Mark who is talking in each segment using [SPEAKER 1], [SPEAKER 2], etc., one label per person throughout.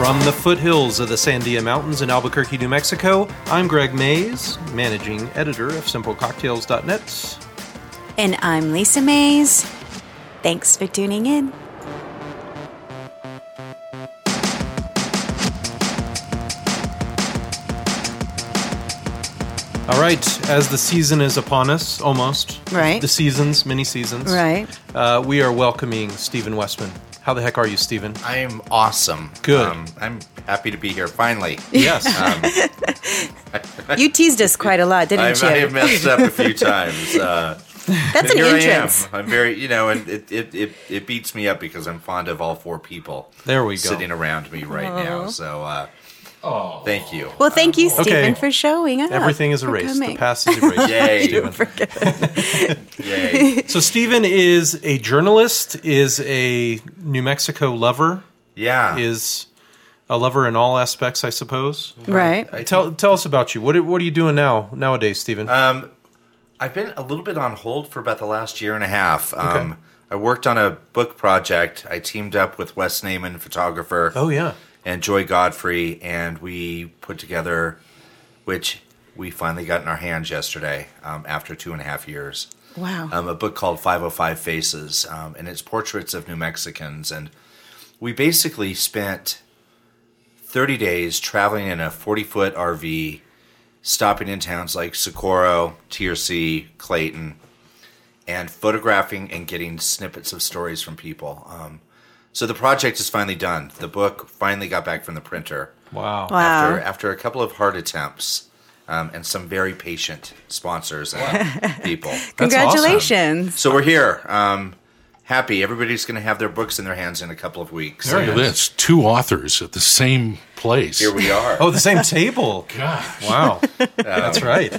[SPEAKER 1] From the foothills of the Sandia Mountains in Albuquerque, New Mexico, I'm Greg Mays, managing editor of SimpleCocktails.net.
[SPEAKER 2] And I'm Lisa Mays. Thanks for tuning in.
[SPEAKER 1] All right, as the season is upon us, almost.
[SPEAKER 2] Right.
[SPEAKER 1] The seasons, many seasons.
[SPEAKER 2] Right.
[SPEAKER 1] Uh, we are welcoming Stephen Westman. How the heck are you, Stephen?
[SPEAKER 3] I am awesome. Um,
[SPEAKER 1] Good.
[SPEAKER 3] I'm happy to be here finally.
[SPEAKER 1] Yes.
[SPEAKER 3] Um,
[SPEAKER 2] You teased us quite a lot,
[SPEAKER 3] I,
[SPEAKER 2] didn't
[SPEAKER 3] I
[SPEAKER 2] you?
[SPEAKER 3] have messed up a few times. Uh,
[SPEAKER 2] That's
[SPEAKER 3] but
[SPEAKER 2] an
[SPEAKER 3] here
[SPEAKER 2] entrance.
[SPEAKER 3] I am. I'm very, you know, and it, it, it, it beats me up because I'm fond of all four people
[SPEAKER 1] There we go.
[SPEAKER 3] sitting around me right now. So, uh, thank you.
[SPEAKER 2] Well, thank you, Stephen,
[SPEAKER 1] okay.
[SPEAKER 2] for showing up.
[SPEAKER 1] Everything is
[SPEAKER 2] for
[SPEAKER 1] erased.
[SPEAKER 2] coming.
[SPEAKER 1] The past is erased.
[SPEAKER 3] Yay.
[SPEAKER 1] Stephen.
[SPEAKER 3] Yay.
[SPEAKER 1] So Stephen is a journalist, is a New Mexico lover,
[SPEAKER 3] Yeah.
[SPEAKER 1] is a lover in all aspects, I suppose.
[SPEAKER 2] Right.
[SPEAKER 3] I
[SPEAKER 1] Tell tell us about you. What are- what are you doing now nowadays, Stephen?
[SPEAKER 3] Um, I've been a little bit on hold for about the last year and a half. Um, I worked on a book project. I teamed up with Wes Naiman, photographer.
[SPEAKER 1] oh yeah.
[SPEAKER 3] and Joy Godfrey, and we put together, which we finally got in our hands yesterday um, after two and a half years,
[SPEAKER 2] Wow.
[SPEAKER 3] um, a book called 505 Faces, um, and it's portraits of New Mexicans. And we basically spent 30 days traveling in a 40 foot RV, stopping in towns like Socorro, TRC, Clayton, and photographing and getting snippets of stories from people. Um, so the project is finally done. The book finally got back from the printer
[SPEAKER 1] Wow.
[SPEAKER 2] wow.
[SPEAKER 3] after after a couple of hard attempts um, and some very patient sponsors and people.
[SPEAKER 1] That's awesome.
[SPEAKER 2] Congratulations.
[SPEAKER 3] So we're here. Um, happy. Everybody's going to have their books in their hands in a couple of weeks.
[SPEAKER 1] Very
[SPEAKER 3] And
[SPEAKER 1] good.
[SPEAKER 4] That's two authors at the same place.
[SPEAKER 3] Here we are.
[SPEAKER 1] Oh, the same table.
[SPEAKER 4] Gosh.
[SPEAKER 1] Wow. That's right.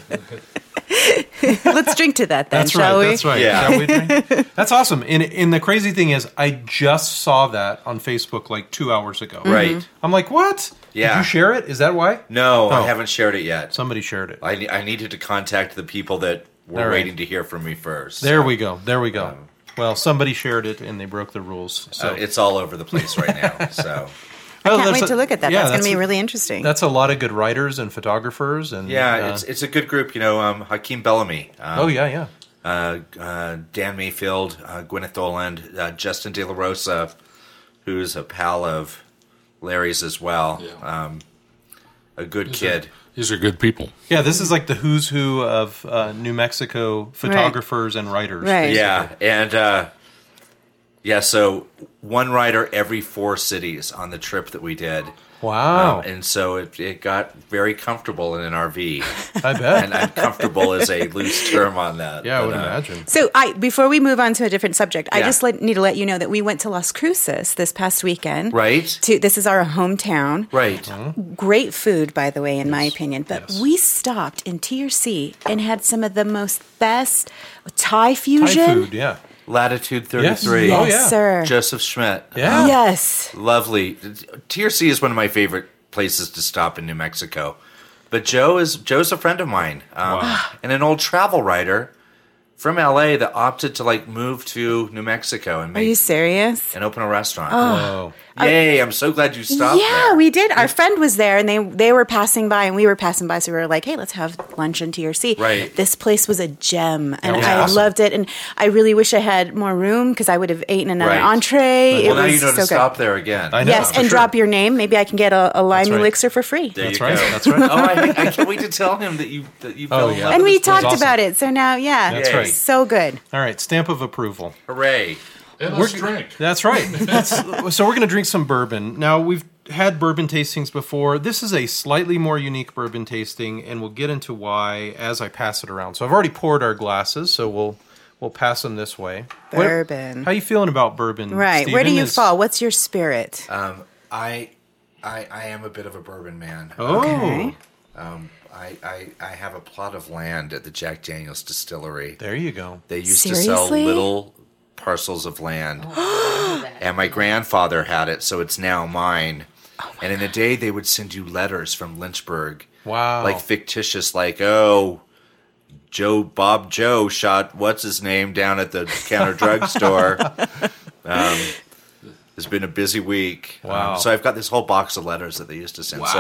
[SPEAKER 2] Let's drink to that then,
[SPEAKER 1] That's right.
[SPEAKER 2] shall we?
[SPEAKER 1] That's right.
[SPEAKER 3] Yeah.
[SPEAKER 1] Shall we drink? That's awesome. And and the crazy thing is I just saw that on Facebook like 2 hours ago.
[SPEAKER 3] Right.
[SPEAKER 2] Mm-hmm.
[SPEAKER 1] I'm like, "What? Did
[SPEAKER 3] Yeah.
[SPEAKER 1] you share it? Is that why?"
[SPEAKER 3] No, I
[SPEAKER 1] Oh.
[SPEAKER 3] haven't shared it yet.
[SPEAKER 1] Somebody shared it.
[SPEAKER 3] I, ne- I needed to contact the people that were
[SPEAKER 1] All right.
[SPEAKER 3] waiting to hear from me first.
[SPEAKER 1] There we go. There we go. well, somebody shared it and they broke the rules. So
[SPEAKER 3] Uh, it's all over the place right now. So
[SPEAKER 1] Oh,
[SPEAKER 2] Can't
[SPEAKER 1] that's
[SPEAKER 2] wait
[SPEAKER 1] a-
[SPEAKER 2] to look at that.
[SPEAKER 1] yeah,
[SPEAKER 2] that's going to
[SPEAKER 1] a-
[SPEAKER 2] be really interesting.
[SPEAKER 1] That's a lot of good writers and photographers and
[SPEAKER 3] yeah,
[SPEAKER 1] uh,
[SPEAKER 3] it's it's a good group. You know, um, Hakeem Bellamy. Um,
[SPEAKER 1] oh yeah, yeah.
[SPEAKER 3] uh,
[SPEAKER 1] Oh.
[SPEAKER 3] uh, Dan Mayfield, uh, Gwyneth Oland, uh, Justin De La Rosa, who's a pal of Larry's as well.
[SPEAKER 4] Yeah.
[SPEAKER 3] Um, a good kid.
[SPEAKER 4] These are good people.
[SPEAKER 1] Yeah, this is like the who's who of uh, New Mexico photographers and writers.
[SPEAKER 2] Right.
[SPEAKER 3] Yeah, and uh, yeah, so one writer every four cities on the trip that we did.
[SPEAKER 1] Wow.
[SPEAKER 3] Um, and so it, it got very comfortable in an RV.
[SPEAKER 1] I bet.
[SPEAKER 3] and uncomfortable is a loose term on that.
[SPEAKER 1] yeah, I
[SPEAKER 3] but,
[SPEAKER 1] would
[SPEAKER 3] uh,
[SPEAKER 1] imagine.
[SPEAKER 2] So, I before we move on to a different subject, I
[SPEAKER 3] Yeah.
[SPEAKER 2] just let, need to let you know that we went to Las Cruces this past weekend.
[SPEAKER 3] Right?
[SPEAKER 2] To this is our hometown.
[SPEAKER 3] Right.
[SPEAKER 1] Mm-hmm.
[SPEAKER 2] Great food, by the way, in my opinion. But
[SPEAKER 1] Yes.
[SPEAKER 2] we stopped in TRC and had some of the most best Thai fusion.
[SPEAKER 1] Thai food, yeah.
[SPEAKER 3] Latitude
[SPEAKER 1] Yes.
[SPEAKER 3] 33.
[SPEAKER 1] Oh,
[SPEAKER 2] Yes,
[SPEAKER 1] yeah.
[SPEAKER 2] sir.
[SPEAKER 3] Joseph Schmidt.
[SPEAKER 1] Yeah.
[SPEAKER 2] Yes.
[SPEAKER 3] Lovely. TRC is one of my favorite places to stop in New Mexico. But Joe is Joe's a friend of mine, um, and an old travel writer from LA that opted to like move to New Mexico and
[SPEAKER 2] Are you
[SPEAKER 3] make,
[SPEAKER 2] serious?
[SPEAKER 3] and open a restaurant.
[SPEAKER 1] Oh.
[SPEAKER 3] Yay! I'm so glad you stopped.
[SPEAKER 2] yeah,
[SPEAKER 3] there.
[SPEAKER 2] we did. Our friend was there, and they they were passing by, and we were passing by, so we were like, "Hey, let's have lunch in TRC."
[SPEAKER 3] Right.
[SPEAKER 2] This place was a gem, and
[SPEAKER 1] was
[SPEAKER 2] I
[SPEAKER 1] awesome.
[SPEAKER 2] loved it. And I really wish I had more room because I would have eaten another
[SPEAKER 3] Right.
[SPEAKER 2] entree.
[SPEAKER 3] Well,
[SPEAKER 2] it
[SPEAKER 3] now
[SPEAKER 2] was
[SPEAKER 3] you know
[SPEAKER 2] so
[SPEAKER 3] to
[SPEAKER 2] good.
[SPEAKER 3] stop there again.
[SPEAKER 1] I know.
[SPEAKER 2] Yes,
[SPEAKER 1] for
[SPEAKER 2] and
[SPEAKER 1] sure.
[SPEAKER 2] drop your name. Maybe I can get a, a lime
[SPEAKER 1] right.
[SPEAKER 2] elixir for free.
[SPEAKER 3] There
[SPEAKER 1] That's
[SPEAKER 3] you
[SPEAKER 1] right.
[SPEAKER 3] go.
[SPEAKER 1] That's right.
[SPEAKER 3] Oh, I, I can't wait to tell him that you that you fell in
[SPEAKER 1] Oh, yeah.
[SPEAKER 3] love
[SPEAKER 2] and
[SPEAKER 3] with
[SPEAKER 2] we
[SPEAKER 3] this place.
[SPEAKER 2] talked
[SPEAKER 1] awesome.
[SPEAKER 2] about it, so now yeah,
[SPEAKER 1] That's
[SPEAKER 3] Yay.
[SPEAKER 1] right.
[SPEAKER 2] so good.
[SPEAKER 1] All right, stamp of approval.
[SPEAKER 3] Hooray!
[SPEAKER 4] And let's drink.
[SPEAKER 1] That's right. Let's- so we're going to drink some bourbon. Now we've had bourbon tastings before. This is a slightly more unique bourbon tasting, and we'll get into why as I pass it around. So I've already poured our glasses, so we'll we'll pass them this way. What-
[SPEAKER 2] Bourbon.
[SPEAKER 1] how you feeling about bourbon?
[SPEAKER 2] Right. Where do
[SPEAKER 1] Steven?
[SPEAKER 2] you
[SPEAKER 1] Is- Oh,
[SPEAKER 2] fall? What's your spirit?
[SPEAKER 3] Um, I, I, I am a bit of a bourbon man.
[SPEAKER 1] Oh,
[SPEAKER 2] Okay.
[SPEAKER 3] I, I, I have a plot of land at the Jack Daniels distillery.
[SPEAKER 1] there you go.
[SPEAKER 3] They used to sell
[SPEAKER 2] Seriously?
[SPEAKER 3] little parcels of land. and my grandfather had it, so it's now mine. and in the day, they would send you letters from Lynchburg.
[SPEAKER 1] Wow.
[SPEAKER 3] Like fictitious, like, oh, Joe, Bob Joe shot what's his name down at the counter drugstore. um, It's been a busy week.
[SPEAKER 1] Wow.
[SPEAKER 3] Um, so I've got this whole box of letters that they used to send.
[SPEAKER 1] Wow.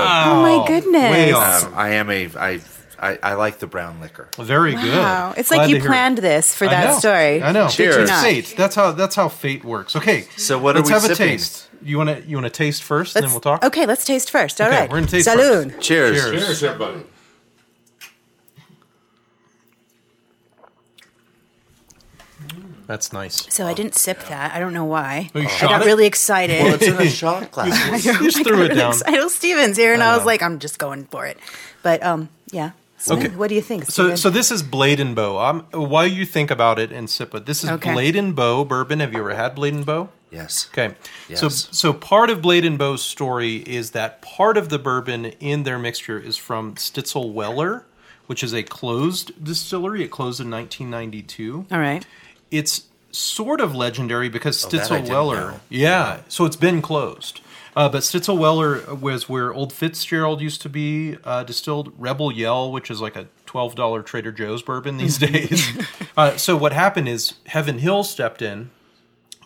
[SPEAKER 2] Oh
[SPEAKER 1] Oh,
[SPEAKER 2] my goodness.
[SPEAKER 1] way
[SPEAKER 3] So
[SPEAKER 1] off.
[SPEAKER 3] um, I am a I, I I like the brown liquor.
[SPEAKER 1] Very good.
[SPEAKER 2] Wow. It's
[SPEAKER 1] Glad
[SPEAKER 2] like
[SPEAKER 1] to
[SPEAKER 2] you
[SPEAKER 1] hear it.
[SPEAKER 2] planned this for
[SPEAKER 1] I
[SPEAKER 2] that
[SPEAKER 1] know.
[SPEAKER 2] story.
[SPEAKER 1] I know.
[SPEAKER 2] Did you
[SPEAKER 3] Cheers.
[SPEAKER 2] not?
[SPEAKER 1] Fate. That's how that's how fate works. Okay.
[SPEAKER 3] So what are
[SPEAKER 1] Let's
[SPEAKER 3] we
[SPEAKER 1] have
[SPEAKER 3] sipping?
[SPEAKER 1] a taste. You want to you want to taste 1st and
[SPEAKER 2] Let's-
[SPEAKER 1] then we'll talk.
[SPEAKER 2] Okay, let's taste first. All
[SPEAKER 1] Okay,
[SPEAKER 2] right.
[SPEAKER 1] we're gonna taste
[SPEAKER 2] Salud.
[SPEAKER 3] Cheers.
[SPEAKER 1] Cheers.
[SPEAKER 4] Cheers, everybody.
[SPEAKER 1] That's nice.
[SPEAKER 2] So I didn't sip that. I don't know why.
[SPEAKER 1] Oh, you
[SPEAKER 2] I
[SPEAKER 1] shot
[SPEAKER 2] got
[SPEAKER 1] it?
[SPEAKER 2] really excited.
[SPEAKER 3] Well, it's in a shot glass.
[SPEAKER 1] You just
[SPEAKER 2] I
[SPEAKER 1] threw
[SPEAKER 2] got
[SPEAKER 1] it
[SPEAKER 2] really
[SPEAKER 1] down.
[SPEAKER 2] excited. I know Steven's here, and I, was
[SPEAKER 1] know.
[SPEAKER 2] like, I'm just going for it. But um, yeah. So
[SPEAKER 1] Okay.
[SPEAKER 2] What do you think?
[SPEAKER 1] So
[SPEAKER 2] Steven?
[SPEAKER 1] so this is Blade and Bow. Um, while you think about it and sip it, this is
[SPEAKER 2] Okay.
[SPEAKER 1] Blade and Bow bourbon. Have you ever had Blade and Bow?
[SPEAKER 3] yes.
[SPEAKER 1] Okay. So
[SPEAKER 3] Yes.
[SPEAKER 1] so part of Blade and Bow's story is that part of the bourbon in their mixture is from Stitzel Weller, which is a closed distillery. It closed in 1992.
[SPEAKER 2] all right.
[SPEAKER 1] it's sort of legendary because
[SPEAKER 3] Oh, that I
[SPEAKER 1] Stitzel
[SPEAKER 3] didn't know.
[SPEAKER 1] Weller. Yeah, so it's been closed. Uh, but Stitzel Weller was where Old Fitzgerald used to be uh, distilled. Rebel Yell, which is like a twelve dollar Trader Joe's bourbon these
[SPEAKER 3] Mm-hmm.
[SPEAKER 1] days. uh, so what happened is Heaven Hill stepped in,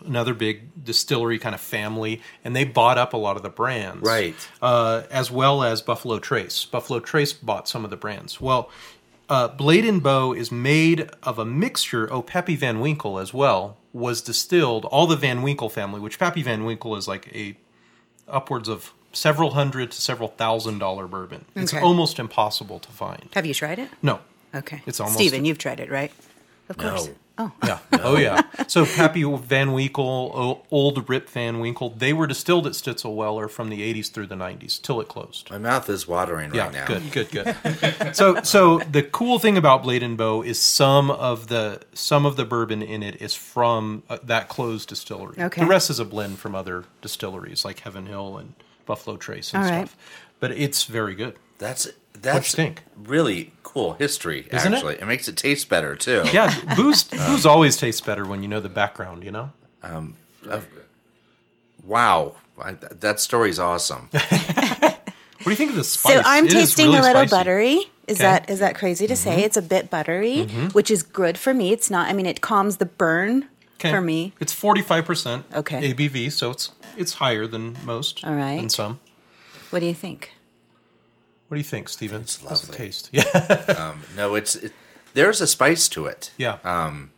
[SPEAKER 1] another big distillery kind of family, and they bought up a lot of the brands
[SPEAKER 3] Right.
[SPEAKER 1] uh, as well as Buffalo Trace. Buffalo Trace bought some of the brands. Well, uh, Blade and Bow is made of a mixture. Oh, Pappy Van Winkle as well was distilled. All the Van Winkle family, which Pappy Van Winkle is like a upwards of several hundred to several thousand dollar bourbon. It's
[SPEAKER 2] Okay.
[SPEAKER 1] almost impossible to find.
[SPEAKER 2] Have you tried it?
[SPEAKER 1] No.
[SPEAKER 2] Okay.
[SPEAKER 1] It's almost-
[SPEAKER 2] Steven, you've tried it, right? Of course.
[SPEAKER 3] No.
[SPEAKER 2] Oh.
[SPEAKER 1] Yeah. Oh, yeah. So Pappy Van Winkle, o- old Rip Van Winkle, they were distilled at Stitzel Weller from the 80s through the 90s till it closed.
[SPEAKER 3] My mouth is watering right now.
[SPEAKER 1] Good, good, good. so so the cool thing about Blade and Bow is some of the some of the bourbon in it is from uh, that closed distillery.
[SPEAKER 2] Okay.
[SPEAKER 1] The rest is a blend from other distilleries like Heaven Hill and Buffalo Trace and
[SPEAKER 2] All right.
[SPEAKER 1] stuff. But it's very good.
[SPEAKER 3] That's that's
[SPEAKER 1] think?
[SPEAKER 3] really cool history.
[SPEAKER 1] Isn't it?
[SPEAKER 3] actually, it? makes it taste better too.
[SPEAKER 1] Yeah, booze booze always tastes better when you know the background, you know?
[SPEAKER 3] Wow, I, that story's awesome.
[SPEAKER 1] What do you think of the
[SPEAKER 2] So
[SPEAKER 1] spice?
[SPEAKER 2] I'm
[SPEAKER 1] It is
[SPEAKER 2] tasting
[SPEAKER 1] really
[SPEAKER 2] a little
[SPEAKER 1] spicy.
[SPEAKER 2] buttery. Is
[SPEAKER 1] Okay. Mm-hmm.
[SPEAKER 2] that is that crazy to say? It's a bit buttery, which is good for me. It's not. I mean, it calms the burn
[SPEAKER 1] Okay.
[SPEAKER 2] for me.
[SPEAKER 1] It's 45%
[SPEAKER 2] Okay.
[SPEAKER 1] ABV, so it's it's higher than most.
[SPEAKER 2] All right.
[SPEAKER 1] Than some.
[SPEAKER 2] What do you think?
[SPEAKER 1] What do you think, Steven? It's
[SPEAKER 3] lovely.
[SPEAKER 1] taste. Yeah.
[SPEAKER 3] no, it's it, there's a spice to it.
[SPEAKER 1] Yeah.
[SPEAKER 3] Um,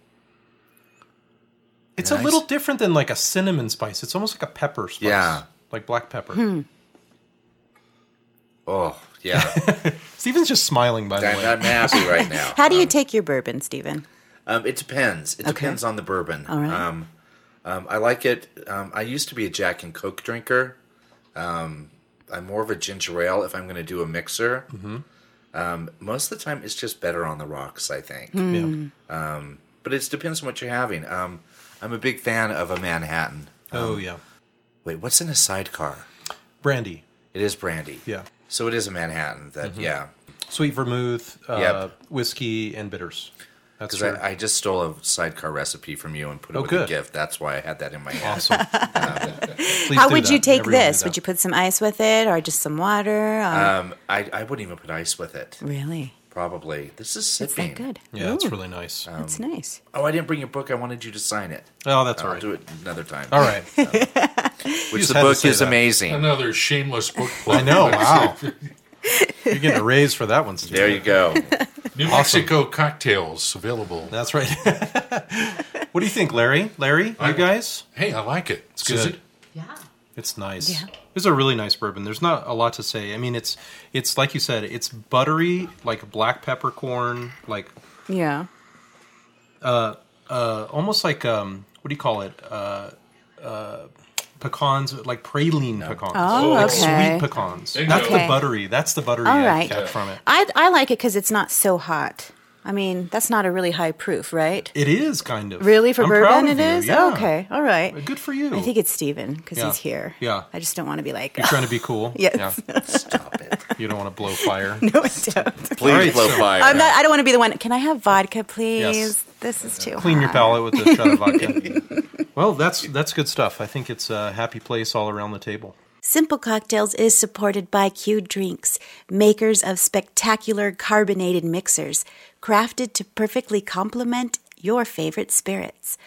[SPEAKER 1] It's
[SPEAKER 3] Nice.
[SPEAKER 1] a little different than like a cinnamon spice. It's almost like a pepper spice.
[SPEAKER 3] Yeah.
[SPEAKER 1] Like black pepper.
[SPEAKER 2] Hmm.
[SPEAKER 3] oh yeah,
[SPEAKER 1] Steven's just smiling, by the
[SPEAKER 3] I'm
[SPEAKER 1] way.
[SPEAKER 3] not happy right now.
[SPEAKER 2] How do
[SPEAKER 1] Um,
[SPEAKER 2] you take your bourbon, Steven?
[SPEAKER 3] Um, it depends. It
[SPEAKER 2] Okay.
[SPEAKER 3] depends on the bourbon.
[SPEAKER 2] All right.
[SPEAKER 3] Um, um, I like it. Um, I used to be a Jack and Coke drinker. Um, I'm more of a ginger ale if I'm going to do a mixer.
[SPEAKER 1] Mm-hmm.
[SPEAKER 3] Um, most of the time, it's just better on the rocks, I think.
[SPEAKER 2] Hmm.
[SPEAKER 1] Yeah.
[SPEAKER 3] But it depends on what you're having. Um, I'm a big fan of a Manhattan.
[SPEAKER 1] Oh, yeah.
[SPEAKER 3] Wait, what's in a sidecar?
[SPEAKER 1] Brandy.
[SPEAKER 3] It is brandy.
[SPEAKER 1] Yeah. Mm-hmm.
[SPEAKER 3] So it is a Manhattan. That yeah.
[SPEAKER 1] Sweet vermouth, uh,
[SPEAKER 3] Yep.
[SPEAKER 1] whiskey, and bitters. That's
[SPEAKER 3] Because
[SPEAKER 1] right.
[SPEAKER 3] I, I just stole a sidecar recipe from you and put it
[SPEAKER 1] Oh,
[SPEAKER 3] with a
[SPEAKER 1] good.
[SPEAKER 3] gift. That's why I had that in my head.
[SPEAKER 1] awesome. Please
[SPEAKER 2] How
[SPEAKER 1] do
[SPEAKER 2] would you
[SPEAKER 1] that.
[SPEAKER 2] take
[SPEAKER 1] Everyone do
[SPEAKER 2] this?
[SPEAKER 1] that.
[SPEAKER 2] Would
[SPEAKER 1] Uh,
[SPEAKER 2] you put some ice with it, or just some water? Or...
[SPEAKER 3] Um, I, I wouldn't even put ice with it.
[SPEAKER 2] really,
[SPEAKER 3] Probably. This is
[SPEAKER 2] it's
[SPEAKER 3] sipping.
[SPEAKER 2] that good.
[SPEAKER 1] Yeah, it's
[SPEAKER 2] Ooh,
[SPEAKER 1] really um, nice.
[SPEAKER 2] that's nice.
[SPEAKER 3] Oh, I didn't bring your book. I wanted you to sign it.
[SPEAKER 1] oh, that's
[SPEAKER 3] I'll
[SPEAKER 1] all right.
[SPEAKER 3] do it another time.
[SPEAKER 1] All right.
[SPEAKER 3] Which
[SPEAKER 1] just
[SPEAKER 3] the
[SPEAKER 1] had to
[SPEAKER 3] book
[SPEAKER 1] say
[SPEAKER 3] is
[SPEAKER 1] that.
[SPEAKER 3] amazing.
[SPEAKER 4] Another shameless book plug.
[SPEAKER 1] I know. Wow. You're getting a raise for that one, Steven.
[SPEAKER 3] There you go.
[SPEAKER 4] New Mexico cocktails available.
[SPEAKER 1] That's right. what do you think, Larry? Larry, you guys?
[SPEAKER 4] Hey, I like it. It's
[SPEAKER 1] good.
[SPEAKER 5] Yeah.
[SPEAKER 1] It's nice.
[SPEAKER 2] Yeah.
[SPEAKER 1] It's a really nice bourbon. There's not a lot to say. I mean, it's it's like you said, it's buttery, like black peppercorn, like
[SPEAKER 2] Yeah.
[SPEAKER 1] almost like um, what do you call it? Uh, uh, pecans, like praline pecans,
[SPEAKER 2] Oh,
[SPEAKER 1] like
[SPEAKER 2] okay.
[SPEAKER 1] sweet pecans.
[SPEAKER 4] Bingo.
[SPEAKER 1] That's the
[SPEAKER 2] Okay.
[SPEAKER 1] buttery. That's the buttery
[SPEAKER 2] All
[SPEAKER 1] I
[SPEAKER 2] right.
[SPEAKER 1] get from it.
[SPEAKER 2] I I like it because it's not so hot. I mean, that's not a really high proof, right?
[SPEAKER 1] It is kind of
[SPEAKER 2] Really, for
[SPEAKER 1] I'm proud
[SPEAKER 2] bourbon,
[SPEAKER 1] of
[SPEAKER 2] it
[SPEAKER 1] you,
[SPEAKER 2] is.
[SPEAKER 1] Yeah.
[SPEAKER 2] Okay, all right.
[SPEAKER 1] Good for you.
[SPEAKER 2] I think it's Steven because
[SPEAKER 1] Yeah.
[SPEAKER 2] he's here.
[SPEAKER 1] Yeah.
[SPEAKER 2] I just don't want to be like,
[SPEAKER 1] You're trying to be cool.
[SPEAKER 2] Yes.
[SPEAKER 1] Yeah.
[SPEAKER 3] Stop it.
[SPEAKER 1] You don't want to blow fire.
[SPEAKER 2] no, I don't.
[SPEAKER 3] Please
[SPEAKER 1] All right,
[SPEAKER 3] blow
[SPEAKER 1] so-
[SPEAKER 3] fire.
[SPEAKER 2] I'm not, I don't want to be the one. Can I have vodka, please?
[SPEAKER 1] Yes.
[SPEAKER 2] This is too
[SPEAKER 1] Clean your
[SPEAKER 2] hot."
[SPEAKER 1] palate with a shot of vodka. well, that's that's good stuff. I think it's a happy place all around the table.
[SPEAKER 2] Simple Cocktails is supported by Q Drinks, makers of spectacular carbonated mixers crafted to perfectly complement your favorite spirits.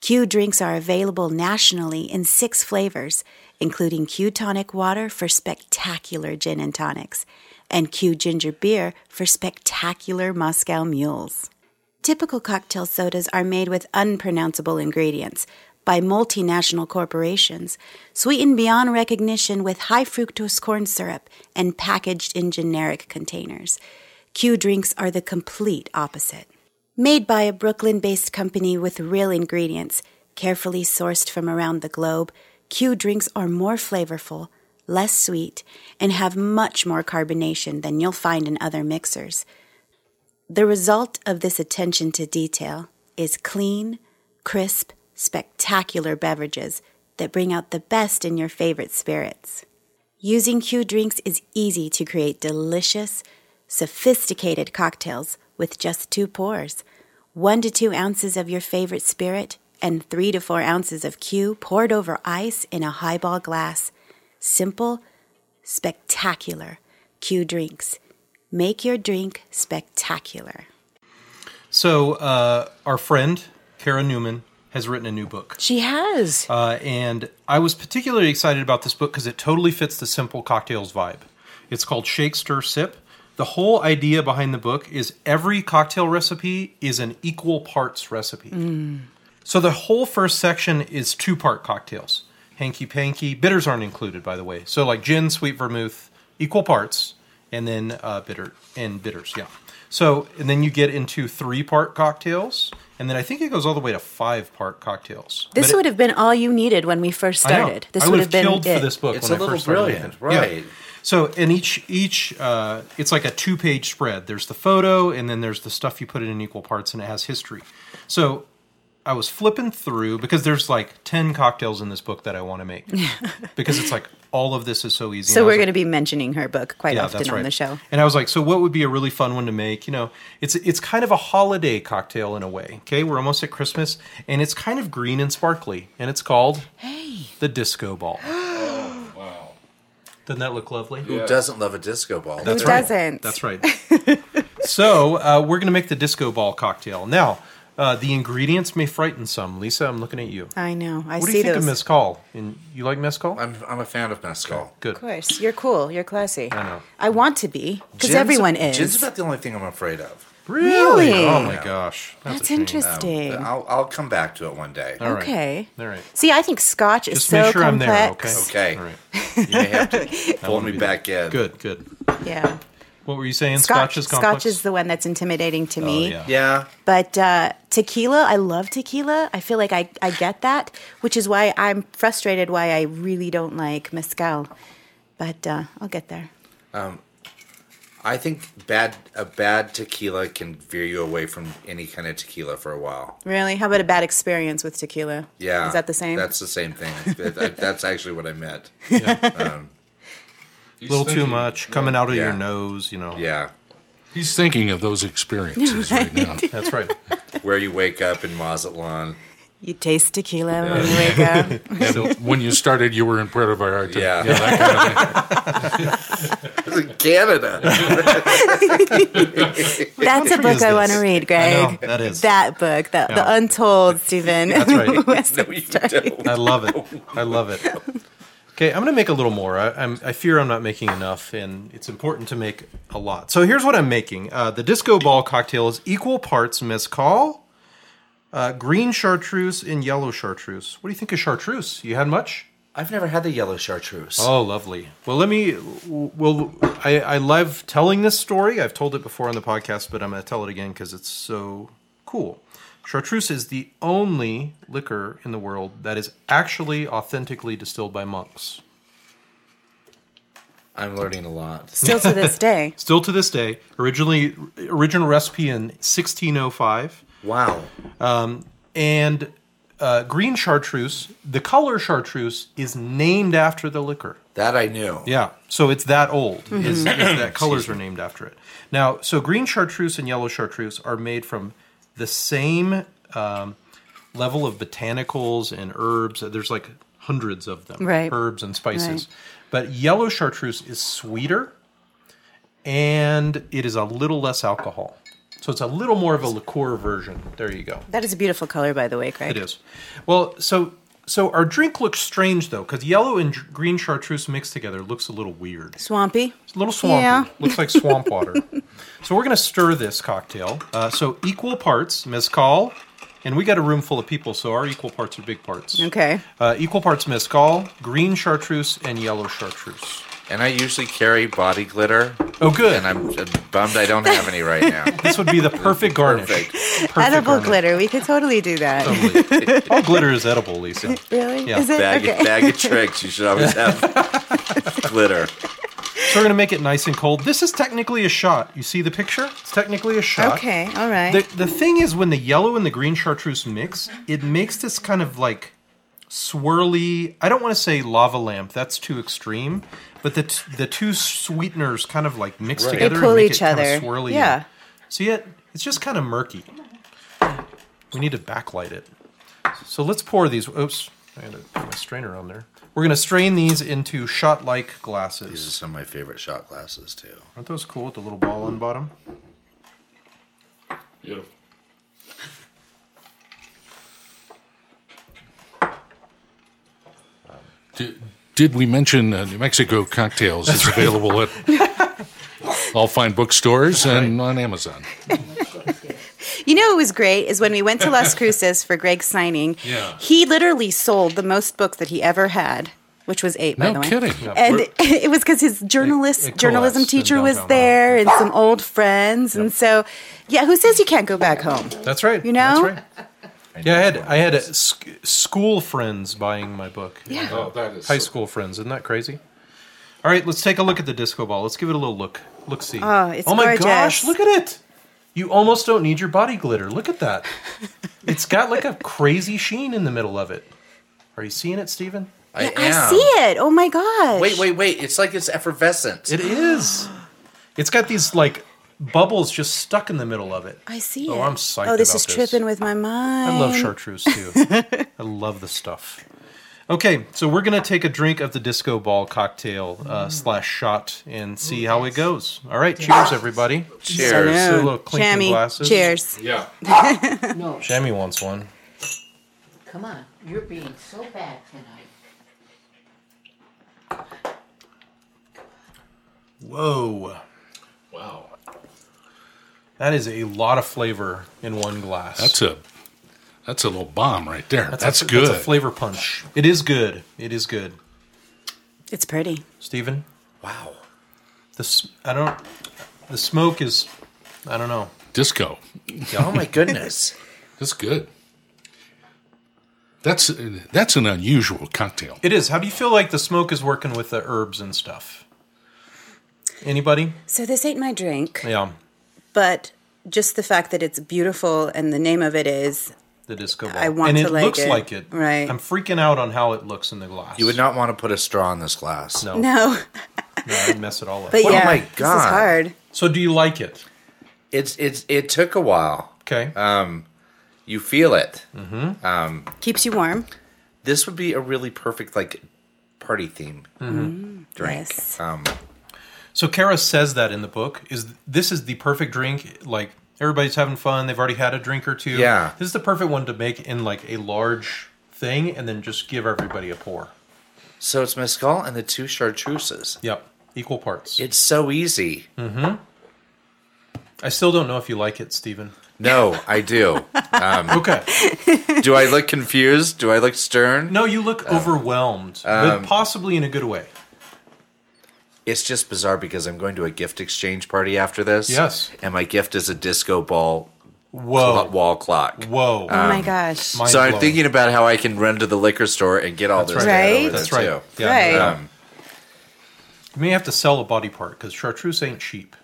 [SPEAKER 2] Q drinks are available nationally in six flavors, including Q tonic water for spectacular gin and tonics, and Q ginger beer for spectacular Moscow mules. Typical cocktail sodas are made with unpronounceable ingredients by multinational corporations, sweetened beyond recognition with high fructose corn syrup and packaged in generic containers. Q drinks are the complete opposite. Made by a Brooklyn based company with real ingredients, carefully sourced from around the globe, Q drinks are more flavorful, less sweet, and have much more carbonation than you'll find in other mixers. The result of this attention to detail is clean, crisp, spectacular beverages that bring out the best in your favorite spirits. Using Q drinks is easy to create delicious, sophisticated cocktails with just two pours. One to two ounces of your favorite spirit and three to four ounces of Q poured over ice in a highball glass. Simple, spectacular Q drinks. Make your drink spectacular.
[SPEAKER 1] So, uh, our friend Kara Newman has written a new book.
[SPEAKER 5] She has.
[SPEAKER 1] Uh, and I was particularly excited about this book because it totally fits the simple cocktails vibe. It's called Shake, Stir, Sip. The whole idea behind the book is every cocktail recipe is an equal parts recipe. So the whole first section is two part cocktails hanky panky. Bitters aren't included, by the way. So, like gin, sweet vermouth, equal parts, and then uh, bitter and bitters. Yeah. So, and then you get into three part cocktails. And then I think it goes all the way to five part cocktails.
[SPEAKER 2] This would have been all you needed when we first
[SPEAKER 1] I know.
[SPEAKER 2] started. This
[SPEAKER 1] I
[SPEAKER 2] would
[SPEAKER 1] would've
[SPEAKER 2] have been
[SPEAKER 1] killed
[SPEAKER 2] it.
[SPEAKER 1] for this book
[SPEAKER 3] It's
[SPEAKER 1] when
[SPEAKER 3] a
[SPEAKER 1] I
[SPEAKER 3] little
[SPEAKER 1] first started
[SPEAKER 3] brilliant,
[SPEAKER 1] with it. Yeah.
[SPEAKER 3] right.
[SPEAKER 1] So, and each each uh, it's like a two page spread. There's the photo, and then there's the stuff you put in in equal parts, and it has history. So, I was flipping through because there's like ten cocktails in this book that I want to make because it's like all of this is so easy.
[SPEAKER 2] So
[SPEAKER 1] And I was
[SPEAKER 2] we're
[SPEAKER 1] like,
[SPEAKER 2] going to be mentioning her book quite often on the show.
[SPEAKER 1] and I was like, so what would be a really fun one to make? You know, it's it's kind of a holiday cocktail in a way. Okay, we're almost at Christmas, and it's kind of green and sparkly, and it's called the Disco Ball.
[SPEAKER 4] Wow.
[SPEAKER 1] Doesn't that look lovely?
[SPEAKER 3] Who doesn't love a disco ball?
[SPEAKER 1] That's
[SPEAKER 2] Who
[SPEAKER 1] right.
[SPEAKER 2] doesn't?
[SPEAKER 1] That's right. so uh, we're going to make the disco ball cocktail. Now, uh, the ingredients may frighten some. Lisa, I'm looking at you.
[SPEAKER 2] I know. I
[SPEAKER 1] what do
[SPEAKER 2] see
[SPEAKER 1] you think
[SPEAKER 2] those.
[SPEAKER 1] of mezcal? And you like mezcal?
[SPEAKER 3] I'm, I'm a fan of mezcal.
[SPEAKER 1] Good.
[SPEAKER 5] Of course. You're cool. You're classy. I
[SPEAKER 1] know.
[SPEAKER 5] I,
[SPEAKER 2] I want to be because
[SPEAKER 3] Gin's-
[SPEAKER 2] everyone is.
[SPEAKER 3] Gin's about the only thing I'm afraid of.
[SPEAKER 2] Really?
[SPEAKER 1] Oh my gosh. That's,
[SPEAKER 2] That's
[SPEAKER 1] a shame.
[SPEAKER 2] interesting.
[SPEAKER 3] I'll, I'll come back to it one day.
[SPEAKER 1] All right.
[SPEAKER 2] okay.
[SPEAKER 1] All right.
[SPEAKER 2] See, I think Scotch is
[SPEAKER 1] Just
[SPEAKER 2] so
[SPEAKER 1] make sure I'm there. Okay.
[SPEAKER 2] complex.
[SPEAKER 3] Okay.
[SPEAKER 1] All right.
[SPEAKER 3] You may have to pull me back in.
[SPEAKER 1] Good. Good.
[SPEAKER 2] Yeah.
[SPEAKER 1] What were you saying?
[SPEAKER 2] Scotch,
[SPEAKER 1] Scotch, is complex.
[SPEAKER 2] Scotch is the one that's intimidating to
[SPEAKER 1] Oh,
[SPEAKER 2] me.
[SPEAKER 1] yeah.
[SPEAKER 3] Yeah.
[SPEAKER 2] But uh, tequila, I love tequila. I feel like I, I get that, which is why I'm frustrated why I really don't like mezcal. But uh, I'll get there.
[SPEAKER 3] I think bad a bad tequila can veer you away from any kind of tequila for a while.
[SPEAKER 2] Really? How about a bad experience with tequila?
[SPEAKER 3] Yeah.
[SPEAKER 2] Is that the same?
[SPEAKER 3] That's the same thing. That- that- That's actually what I meant.
[SPEAKER 1] A little too much coming out of
[SPEAKER 3] Yeah.
[SPEAKER 1] your nose. You know.
[SPEAKER 3] Yeah.
[SPEAKER 4] He's thinking of those experiences right now.
[SPEAKER 1] That's right.
[SPEAKER 3] Where you wake up in Mazatlan.
[SPEAKER 2] you taste tequila when you wake up.
[SPEAKER 4] And when you started, you were in Puerto Vallarta.
[SPEAKER 3] Yeah.
[SPEAKER 4] that kind of thing.
[SPEAKER 3] Canada.
[SPEAKER 2] That's a
[SPEAKER 1] country
[SPEAKER 2] book
[SPEAKER 1] is
[SPEAKER 2] I
[SPEAKER 1] this?
[SPEAKER 2] want to read,
[SPEAKER 1] I know,
[SPEAKER 2] Greg.
[SPEAKER 1] that is.
[SPEAKER 2] That book, the, the Untold Stephen. That's
[SPEAKER 1] right.
[SPEAKER 3] No, you don't.
[SPEAKER 1] I love it. I love it. Okay, I'm going to make a little more. I, I'm, I fear I'm not making enough, and it's important to make a lot. So here's what I'm making: uh, the disco ball cocktail is equal parts mezcal, uh, green chartreuse, and yellow chartreuse. What do you think of chartreuse? You had much?
[SPEAKER 3] I've never had the yellow chartreuse.
[SPEAKER 1] Oh, lovely. Well, let me. Well, I, I love telling this story. I've told it before on the podcast, but I'm going to tell it again because it's so cool. Chartreuse is the only liquor in the world that is actually authentically distilled by monks.
[SPEAKER 3] I'm learning a lot.
[SPEAKER 2] Still to this day.
[SPEAKER 1] Still to this day, originally original recipe in 1605,
[SPEAKER 3] Wow.
[SPEAKER 1] and uh, green chartreuse, the color chartreuse, is named after the liquor.
[SPEAKER 3] That I knew.
[SPEAKER 1] Yeah. So it's that old. Is, is
[SPEAKER 2] Mm-hmm.
[SPEAKER 1] that colors are named after it. Now, so green chartreuse and yellow chartreuse are made from the same um, level of botanicals and herbs. There's like hundreds of them,
[SPEAKER 2] Right.
[SPEAKER 1] herbs and spices.
[SPEAKER 2] Right.
[SPEAKER 1] But yellow chartreuse is sweeter and it is a little less alcohol. So it's a little more of a liqueur version. There you go.
[SPEAKER 5] That is a beautiful color, by the way, Craig.
[SPEAKER 1] It is. Well, so so our drink looks strange though, because yellow and dr- green chartreuse mixed together looks a little weird.
[SPEAKER 5] Swampy.
[SPEAKER 1] It's a little swampy.
[SPEAKER 5] Yeah.
[SPEAKER 1] Looks like swamp water. so we're gonna stir this cocktail. Uh, so equal parts mezcal, and we got a room full of people, so our equal parts are big parts.
[SPEAKER 5] Okay.
[SPEAKER 1] Uh, equal parts mezcal, green chartreuse, and yellow chartreuse.
[SPEAKER 3] And I usually carry body glitter,
[SPEAKER 1] Oh, good.
[SPEAKER 3] and I'm I'm bummed I don't have any right now.
[SPEAKER 1] this would be the perfect garnish.
[SPEAKER 3] Perfect.
[SPEAKER 1] Perfect
[SPEAKER 5] Edible
[SPEAKER 1] garnish.
[SPEAKER 5] glitter. We could totally do that.
[SPEAKER 1] Totally. All glitter is edible, Lisa.
[SPEAKER 5] Really?
[SPEAKER 1] Yeah.
[SPEAKER 5] Is it?
[SPEAKER 3] Bag,
[SPEAKER 5] okay.
[SPEAKER 3] bag of tricks. You should always have glitter.
[SPEAKER 1] So we're gonna make it nice and cold. This is technically a shot. You see the picture? It's technically a shot.
[SPEAKER 5] Okay. All right.
[SPEAKER 1] The the thing is when the yellow and the green chartreuse mix, it makes this kind of like swirly. I don't want to say lava lamp. That's too extreme. But the t- the two sweeteners kind of like mix
[SPEAKER 5] they
[SPEAKER 1] together
[SPEAKER 5] pull
[SPEAKER 1] and make
[SPEAKER 5] each
[SPEAKER 1] it
[SPEAKER 5] other.
[SPEAKER 1] kind of swirly.
[SPEAKER 5] Yeah.
[SPEAKER 1] See it? It's just kind of murky. We need to backlight it. So let's pour these. Oops, I had to put my strainer on there. We're gonna strain these into shot-like glasses.
[SPEAKER 3] These are some of my favorite shot glasses too.
[SPEAKER 1] Aren't those cool with the little ball on bottom?
[SPEAKER 4] Beautiful. Did, did we mention uh, New Mexico cocktails? It's available at all fine bookstores and on Amazon.
[SPEAKER 5] You know what was great is when we went to Las Cruces for Greg's signing.
[SPEAKER 4] Yeah.
[SPEAKER 5] He literally sold the most books that he ever had, which was eight. by
[SPEAKER 4] No
[SPEAKER 5] the way.
[SPEAKER 4] kidding.
[SPEAKER 5] And it was because his journalist
[SPEAKER 1] It- it
[SPEAKER 5] journalism
[SPEAKER 1] collapsed in
[SPEAKER 5] teacher was
[SPEAKER 1] downtown
[SPEAKER 5] there and some old friends, and so yeah. Who says you can't go back home?
[SPEAKER 1] That's right.
[SPEAKER 5] You know?
[SPEAKER 1] That's right. Yeah, I had I had a sc- school friends buying my book.
[SPEAKER 5] Yeah.
[SPEAKER 4] Oh, that is
[SPEAKER 1] High
[SPEAKER 4] so-
[SPEAKER 1] school friends, isn't that crazy? All right, let's take a look at the disco ball. Let's give it a little look. Look, see.
[SPEAKER 5] Oh, it's
[SPEAKER 1] my
[SPEAKER 5] gorgeous.
[SPEAKER 1] gosh! Look at it. You almost don't need your body glitter. Look at that. it's got like a crazy sheen in the middle of it. Are you seeing it, Steven?
[SPEAKER 3] I am.
[SPEAKER 5] I see it. Oh my gosh!
[SPEAKER 3] Wait, wait, wait! It's like it's effervescent.
[SPEAKER 1] It is. It's got these like bubbles just stuck in the middle of it.
[SPEAKER 5] I see
[SPEAKER 1] Oh,
[SPEAKER 5] it.
[SPEAKER 1] I'm psyched
[SPEAKER 5] Oh, this
[SPEAKER 1] about
[SPEAKER 5] is
[SPEAKER 1] this.
[SPEAKER 5] tripping with my mind.
[SPEAKER 1] I love
[SPEAKER 2] Um,
[SPEAKER 1] chartreuse too. I love the stuff. Okay, so we're gonna take a drink of the disco ball cocktail uh, slash shot and see how it goes. All right, cheers, everybody.
[SPEAKER 3] Cheers.
[SPEAKER 1] Salute. a little clinking
[SPEAKER 5] Jammy,
[SPEAKER 1] glasses.
[SPEAKER 5] Cheers.
[SPEAKER 4] Yeah.
[SPEAKER 6] No,
[SPEAKER 1] Jamie wants one.
[SPEAKER 6] come on. You're being so bad tonight.
[SPEAKER 1] Whoa,
[SPEAKER 4] Wow.
[SPEAKER 1] that is a lot of flavor in one glass.
[SPEAKER 4] That's a that's a little bomb right there. That's,
[SPEAKER 1] a-
[SPEAKER 4] good.
[SPEAKER 1] That's a flavor punch. It is good. It is good.
[SPEAKER 5] It's pretty.
[SPEAKER 1] Steven,
[SPEAKER 3] Wow.
[SPEAKER 1] the s- I don't. The smoke is. I don't know.
[SPEAKER 4] Disco.
[SPEAKER 3] Oh my goodness.
[SPEAKER 4] That's good. That's that's an unusual cocktail.
[SPEAKER 1] It is. How do you feel like the smoke is working with the herbs and stuff? Anybody?
[SPEAKER 5] So this ain't my drink,
[SPEAKER 1] Yeah.
[SPEAKER 5] but just the fact that it's beautiful and the name of it is
[SPEAKER 1] the disco ball.
[SPEAKER 5] I want
[SPEAKER 1] and
[SPEAKER 5] to
[SPEAKER 1] it
[SPEAKER 5] like
[SPEAKER 1] looks
[SPEAKER 5] it.
[SPEAKER 1] like it.
[SPEAKER 5] Right.
[SPEAKER 1] I'm freaking out on how it looks in the glass.
[SPEAKER 3] You would not want to put a straw in this glass.
[SPEAKER 1] No, no,
[SPEAKER 5] no.
[SPEAKER 1] I'd mess it all up.
[SPEAKER 5] But
[SPEAKER 3] Oh
[SPEAKER 5] yeah,
[SPEAKER 3] my
[SPEAKER 5] this is
[SPEAKER 3] God.
[SPEAKER 5] hard.
[SPEAKER 1] so do you like it?
[SPEAKER 3] It's it's it took a while. Um,
[SPEAKER 1] Okay.
[SPEAKER 3] You feel it.
[SPEAKER 1] Hmm.
[SPEAKER 5] Keeps you warm.
[SPEAKER 3] This would be a really perfect like party theme
[SPEAKER 1] Hmm.
[SPEAKER 3] drink.
[SPEAKER 5] Yes.
[SPEAKER 2] Oh
[SPEAKER 3] Um,
[SPEAKER 1] so Kara says that in the book is this is the perfect drink like everybody's having fun, they've already had a drink or two.
[SPEAKER 3] Yeah.
[SPEAKER 1] This is the perfect one to make in like a large thing and then just give everybody a pour.
[SPEAKER 3] so it's mezcal and the two chartreuses.
[SPEAKER 1] Yep. Equal parts.
[SPEAKER 3] It's so easy.
[SPEAKER 1] Hmm. I still don't know if you like it, Steven.
[SPEAKER 3] No, I do. Um,
[SPEAKER 1] Okay.
[SPEAKER 3] do I look confused? Do I look stern?
[SPEAKER 1] No, you look
[SPEAKER 3] Uh,
[SPEAKER 1] overwhelmed,
[SPEAKER 3] um,
[SPEAKER 1] but possibly in a good way.
[SPEAKER 3] It's just bizarre because I'm going to a gift exchange party after this.
[SPEAKER 1] Yes.
[SPEAKER 3] And my gift is a disco ball clo-
[SPEAKER 1] Whoa.
[SPEAKER 3] wall clock.
[SPEAKER 1] Whoa.
[SPEAKER 3] Uh-huh.
[SPEAKER 5] oh my gosh.
[SPEAKER 1] Mind
[SPEAKER 3] So I'm
[SPEAKER 1] blowing.
[SPEAKER 3] thinking about how I can run to the liquor store and get all this.
[SPEAKER 1] right.
[SPEAKER 3] data
[SPEAKER 5] Right?
[SPEAKER 3] over
[SPEAKER 1] That's
[SPEAKER 3] there,
[SPEAKER 1] right.
[SPEAKER 3] too. Um,
[SPEAKER 1] Yeah.
[SPEAKER 5] Right.
[SPEAKER 1] yeah. You may have to sell a body part because chartreuse ain't cheap.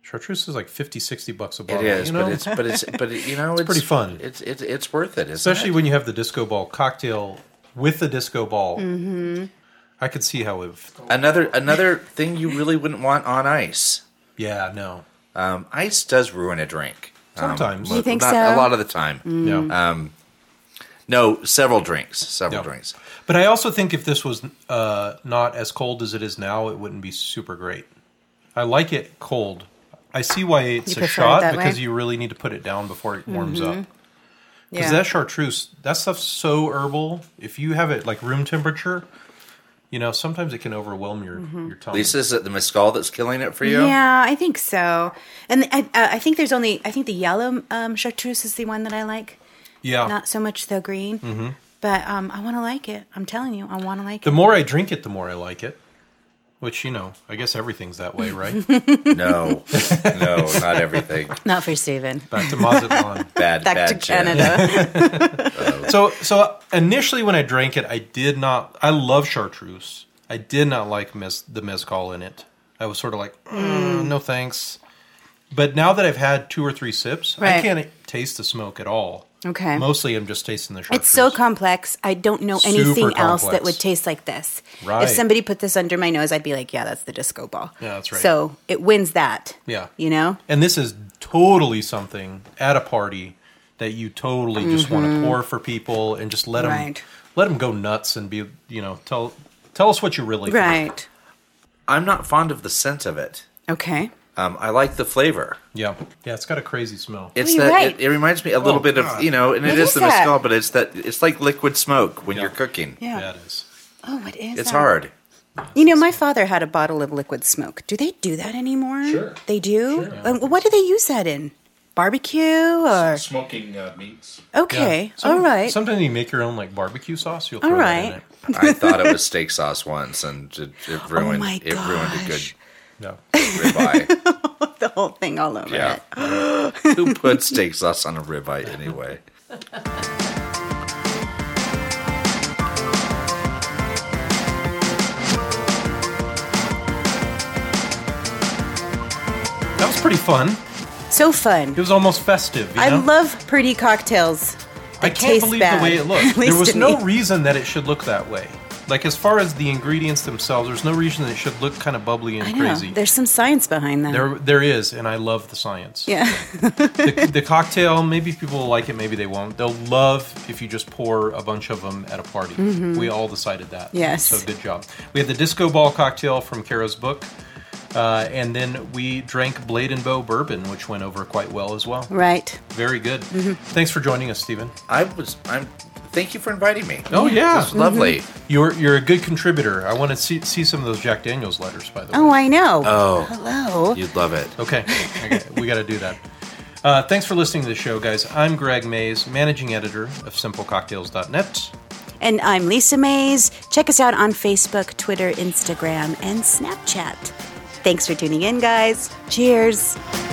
[SPEAKER 1] Chartreuse is like 50, 60 bucks a
[SPEAKER 3] It
[SPEAKER 1] bottle.
[SPEAKER 3] is,
[SPEAKER 1] you know?
[SPEAKER 3] but it's but it's but it, you know it's,
[SPEAKER 1] pretty fun.
[SPEAKER 3] It's it's it's worth it, isn't
[SPEAKER 1] Especially
[SPEAKER 3] it?
[SPEAKER 1] when you have the disco ball cocktail with the disco ball. Mm-hmm. I could see how it.
[SPEAKER 3] another another thing you really wouldn't want on ice.
[SPEAKER 1] Yeah, no.
[SPEAKER 3] Um, ice does ruin a drink. Um,
[SPEAKER 1] Sometimes.
[SPEAKER 3] but
[SPEAKER 5] think
[SPEAKER 3] not a
[SPEAKER 5] so?
[SPEAKER 3] lot of the time.
[SPEAKER 2] Mm.
[SPEAKER 1] Yeah.
[SPEAKER 3] No, several drinks, several
[SPEAKER 1] Yeah.
[SPEAKER 3] drinks.
[SPEAKER 1] But I also think if this was uh, not as cold as it is now, it wouldn't be super great. I like it cold. I see why it's a
[SPEAKER 2] You prefer it
[SPEAKER 1] shot
[SPEAKER 2] that way? Mm-hmm.
[SPEAKER 1] because you really need to put it down before it warms up. Because
[SPEAKER 2] Yeah.
[SPEAKER 1] that chartreuse, that stuff's so herbal. If you have it like room temperature, you know sometimes it can overwhelm your
[SPEAKER 2] Mm-hmm.
[SPEAKER 1] your tongue.
[SPEAKER 3] Lisa, is it the mescal that's killing it for you?
[SPEAKER 2] Yeah, I think so. And I, uh, I think there's only I think the yellow um, chartreuse is the one that I like.
[SPEAKER 1] yeah.
[SPEAKER 2] Not so much the green. But um, I want to like it. I'm telling you, I want to like
[SPEAKER 1] Mm-hmm. the
[SPEAKER 2] it.
[SPEAKER 1] more I drink it, the more I like it. Which you know, I guess everything's that way, right?
[SPEAKER 3] No, no, not everything.
[SPEAKER 2] Not for Steven.
[SPEAKER 1] Back to Mazatlan.
[SPEAKER 3] Bad,
[SPEAKER 2] Back
[SPEAKER 3] bad
[SPEAKER 2] to
[SPEAKER 3] gin.
[SPEAKER 2] Canada.
[SPEAKER 1] so so initially when I drank it, I did not. I love chartreuse. I did not like mes, the mezcal in it. I was sort of like, "Mm, no thanks. But now that I've had two or three sips, I
[SPEAKER 2] Right.
[SPEAKER 1] can't taste the smoke at all.
[SPEAKER 2] Okay.
[SPEAKER 1] Mostly, I'm just tasting the chartreuse.
[SPEAKER 2] It's so complex. I don't know
[SPEAKER 1] Super
[SPEAKER 2] anything else
[SPEAKER 1] complex.
[SPEAKER 2] that would taste like this.
[SPEAKER 1] Right.
[SPEAKER 2] If somebody put this under my nose, I'd be like, yeah, that's the disco ball.
[SPEAKER 1] Yeah, that's right.
[SPEAKER 2] So it wins that.
[SPEAKER 1] Yeah.
[SPEAKER 2] You know?
[SPEAKER 1] And this is totally something at a party that you totally just want to pour for people and just let them
[SPEAKER 2] Mm-hmm. Right.
[SPEAKER 1] let them go nuts and be you know tell tell us what you really think.
[SPEAKER 2] Right.
[SPEAKER 3] I'm not fond of the scent of it.
[SPEAKER 2] Okay.
[SPEAKER 3] Um, I like the flavor.
[SPEAKER 1] Yeah, yeah, it's got a crazy smell.
[SPEAKER 3] It's
[SPEAKER 2] Oh, you're
[SPEAKER 3] that
[SPEAKER 2] right.
[SPEAKER 3] it, it reminds me a
[SPEAKER 1] Oh,
[SPEAKER 3] little bit of you know, and it
[SPEAKER 2] What
[SPEAKER 3] is,
[SPEAKER 2] is
[SPEAKER 3] the
[SPEAKER 2] that?
[SPEAKER 3] mescal, but it's that it's like liquid smoke when
[SPEAKER 1] Yeah.
[SPEAKER 3] you're cooking.
[SPEAKER 2] Yeah.
[SPEAKER 1] yeah, it is.
[SPEAKER 2] Oh, what is
[SPEAKER 3] It's
[SPEAKER 2] that?
[SPEAKER 3] hard.
[SPEAKER 2] You know, my father had a bottle of liquid smoke. Do they do that anymore?
[SPEAKER 4] Sure.
[SPEAKER 2] They do? Um, what do they use that in? Barbecue or?
[SPEAKER 4] Smoking uh, meats.
[SPEAKER 2] Okay.
[SPEAKER 1] Yeah. Some-
[SPEAKER 2] All right.
[SPEAKER 1] Sometimes you make your own like barbecue sauce. You'll throw
[SPEAKER 2] All
[SPEAKER 1] that in
[SPEAKER 2] right.
[SPEAKER 1] it.
[SPEAKER 3] I thought it was steak sauce once, and it, it ruined
[SPEAKER 2] Oh my
[SPEAKER 3] it ruined a good
[SPEAKER 2] gosh.
[SPEAKER 1] Yeah.
[SPEAKER 3] ribeye.
[SPEAKER 2] the whole thing all over
[SPEAKER 3] yeah,
[SPEAKER 2] it.
[SPEAKER 3] who put steak sauce on a ribeye anyway?
[SPEAKER 1] That was pretty fun.
[SPEAKER 2] So fun.
[SPEAKER 1] It was almost festive. You
[SPEAKER 2] I
[SPEAKER 1] know?
[SPEAKER 2] love pretty cocktails.
[SPEAKER 1] I
[SPEAKER 2] that
[SPEAKER 1] can't
[SPEAKER 2] taste
[SPEAKER 1] believe
[SPEAKER 2] bad,
[SPEAKER 1] the way it
[SPEAKER 2] at
[SPEAKER 1] looked. There
[SPEAKER 2] least
[SPEAKER 1] was
[SPEAKER 2] to
[SPEAKER 1] no
[SPEAKER 2] me.
[SPEAKER 1] reason that it should look that way. Like as far as the ingredients themselves, there's no reason that it should look kind of bubbly and
[SPEAKER 2] I know.
[SPEAKER 1] crazy.
[SPEAKER 2] There's some science behind that.
[SPEAKER 1] There, there is, and I love the science.
[SPEAKER 2] yeah.
[SPEAKER 1] The, the cocktail, maybe people will like it, maybe they won't. They'll love if you just pour a bunch of them at a party. We all decided that.
[SPEAKER 2] Yes.
[SPEAKER 1] So good job. We had the disco ball cocktail from Kara's book, uh, and then we drank Blade and Bow bourbon, which went over quite well as well.
[SPEAKER 2] right.
[SPEAKER 1] Very good. Thanks for joining us, Stephen.
[SPEAKER 3] I was. I'm. Thank you for inviting me.
[SPEAKER 1] Oh yeah,
[SPEAKER 3] It's lovely.
[SPEAKER 1] you're you're a good contributor. I want to see see some of those Jack Daniels letters, by the way.
[SPEAKER 2] Oh, I know.
[SPEAKER 3] Oh,
[SPEAKER 2] Hello.
[SPEAKER 3] you'd love it.
[SPEAKER 1] Okay, okay. we got to do that. Uh, thanks for listening to the show, guys. I'm Greg Mays, managing editor of SimpleCocktails.net.
[SPEAKER 7] And I'm Lisa Mays. Check us out on Facebook, Twitter, Instagram, and Snapchat.
[SPEAKER 2] Thanks for tuning in, guys. Cheers.
[SPEAKER 7] Cheers.